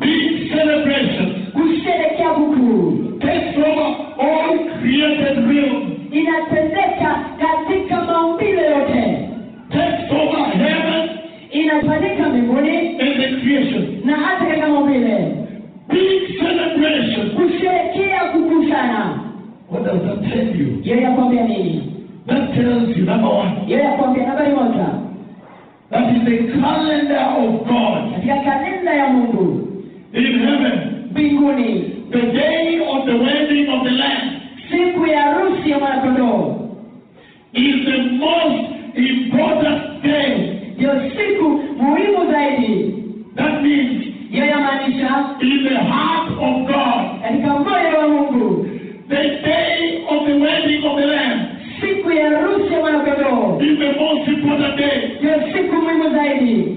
Speaker 3: big celebration
Speaker 5: kusherekea kukuu
Speaker 3: takes over all created realms.
Speaker 5: inatendeka katika maumbile yote
Speaker 3: takes over heaven
Speaker 5: inafanyika mbinguni
Speaker 3: and the creation.
Speaker 5: na hata katika maumbile
Speaker 3: Big celebration.
Speaker 5: kusherekea kukuu sana
Speaker 3: What does that tell you?
Speaker 5: yeye yakwambia nini
Speaker 3: That tells you, number one,
Speaker 5: yeye yakwambia nambari moja
Speaker 3: that in the calendar of God
Speaker 5: katika kalenda ya mungu
Speaker 3: in heaven,
Speaker 5: mbinguni
Speaker 3: the day of the wedding of the Lamb
Speaker 5: siku ya harusi ya mwanakondoo
Speaker 3: is the most important day.
Speaker 5: ndiyo siku muhimu zaidi
Speaker 3: That means
Speaker 5: hiyo yamaanisha
Speaker 3: in the heart of God,
Speaker 5: katika moyo wa mungu
Speaker 3: the day of the wedding of the Lamb
Speaker 5: siku ya harusi ya mwanakondoo
Speaker 3: is the most important day.
Speaker 5: ndiyo siku muhimu zaidi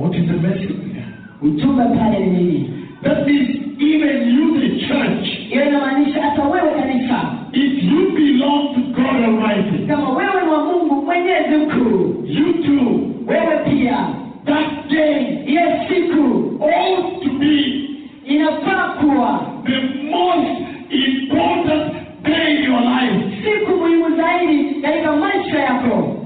Speaker 3: What is the message? here?
Speaker 5: ujumbe pale ni nini
Speaker 3: That means even you, the church,
Speaker 5: hiyo inamaanisha hata wewe kanisa
Speaker 3: If you belong to God Almighty,
Speaker 5: kama wewe ni wa mungu mwenyezi mkuu
Speaker 3: you too,
Speaker 5: wewe pia
Speaker 3: that day
Speaker 5: hiyo siku
Speaker 3: ought to be
Speaker 5: inafaa kuwa
Speaker 3: the most important day in your life.
Speaker 5: siku muhimu zaidi katika maisha yako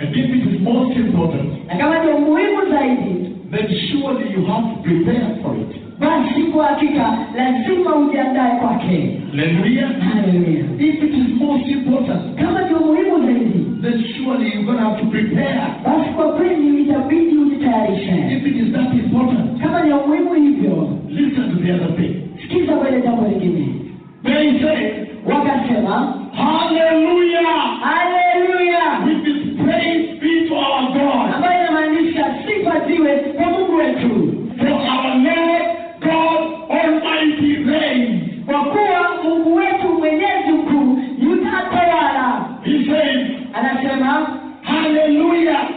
Speaker 3: And if it is most important,
Speaker 5: na kama ndio muhimu zaidi
Speaker 3: then surely you have to prepare for it.
Speaker 5: basi kwa hakika lazima ujiandae kwake
Speaker 3: Hallelujah.
Speaker 5: Haleluya.
Speaker 3: If it is most important,
Speaker 5: kama ndio muhimu zaidi
Speaker 3: then surely you're going to have to prepare.
Speaker 5: basi kwa kweli itabidi ujitayarishe
Speaker 3: If it is that important,
Speaker 5: kama ni muhimu hivyo
Speaker 3: listen to the other thing.
Speaker 5: sikiza kwenye jambo lingine
Speaker 3: They say,
Speaker 5: wakasema
Speaker 3: Hallelujah!
Speaker 5: haleluya
Speaker 3: With this praise be to our God.
Speaker 5: ambayo inamaanisha sifa ziwe kwa mungu wetu
Speaker 3: For our Lord God Almighty reigns.
Speaker 5: kwa kuwa mungu wetu mwenyezi mkuu yutatawala
Speaker 3: He says,
Speaker 5: anasema
Speaker 3: Hallelujah.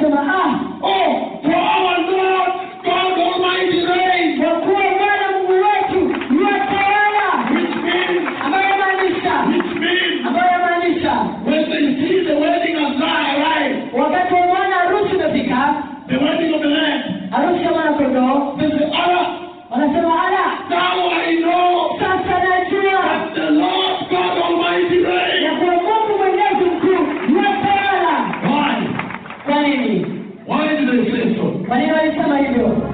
Speaker 5: furaha
Speaker 3: Oh, for our Lord God Almighty reigns,
Speaker 5: kwa kuwa bwana mungu wetu yuwatawala
Speaker 3: which means,
Speaker 5: ambayo maanisha
Speaker 3: which means,
Speaker 5: ambayo maanisha
Speaker 3: when they see the wedding of Zion arrive,
Speaker 5: wakati wa mwana harusi umefika
Speaker 3: the wedding of the Lamb,
Speaker 5: harusi ya mwana kondoo
Speaker 3: they say, Allah,
Speaker 5: wanasema ala
Speaker 3: now I know
Speaker 5: sasa najua
Speaker 3: that the Lord God Almighty
Speaker 5: ya
Speaker 3: reigns.
Speaker 5: kuwa mungu mwenyezi mkuu yuwatawala
Speaker 3: Why?
Speaker 5: kwa nini
Speaker 3: Why do they say so?
Speaker 5: kwa nini walisema hivyo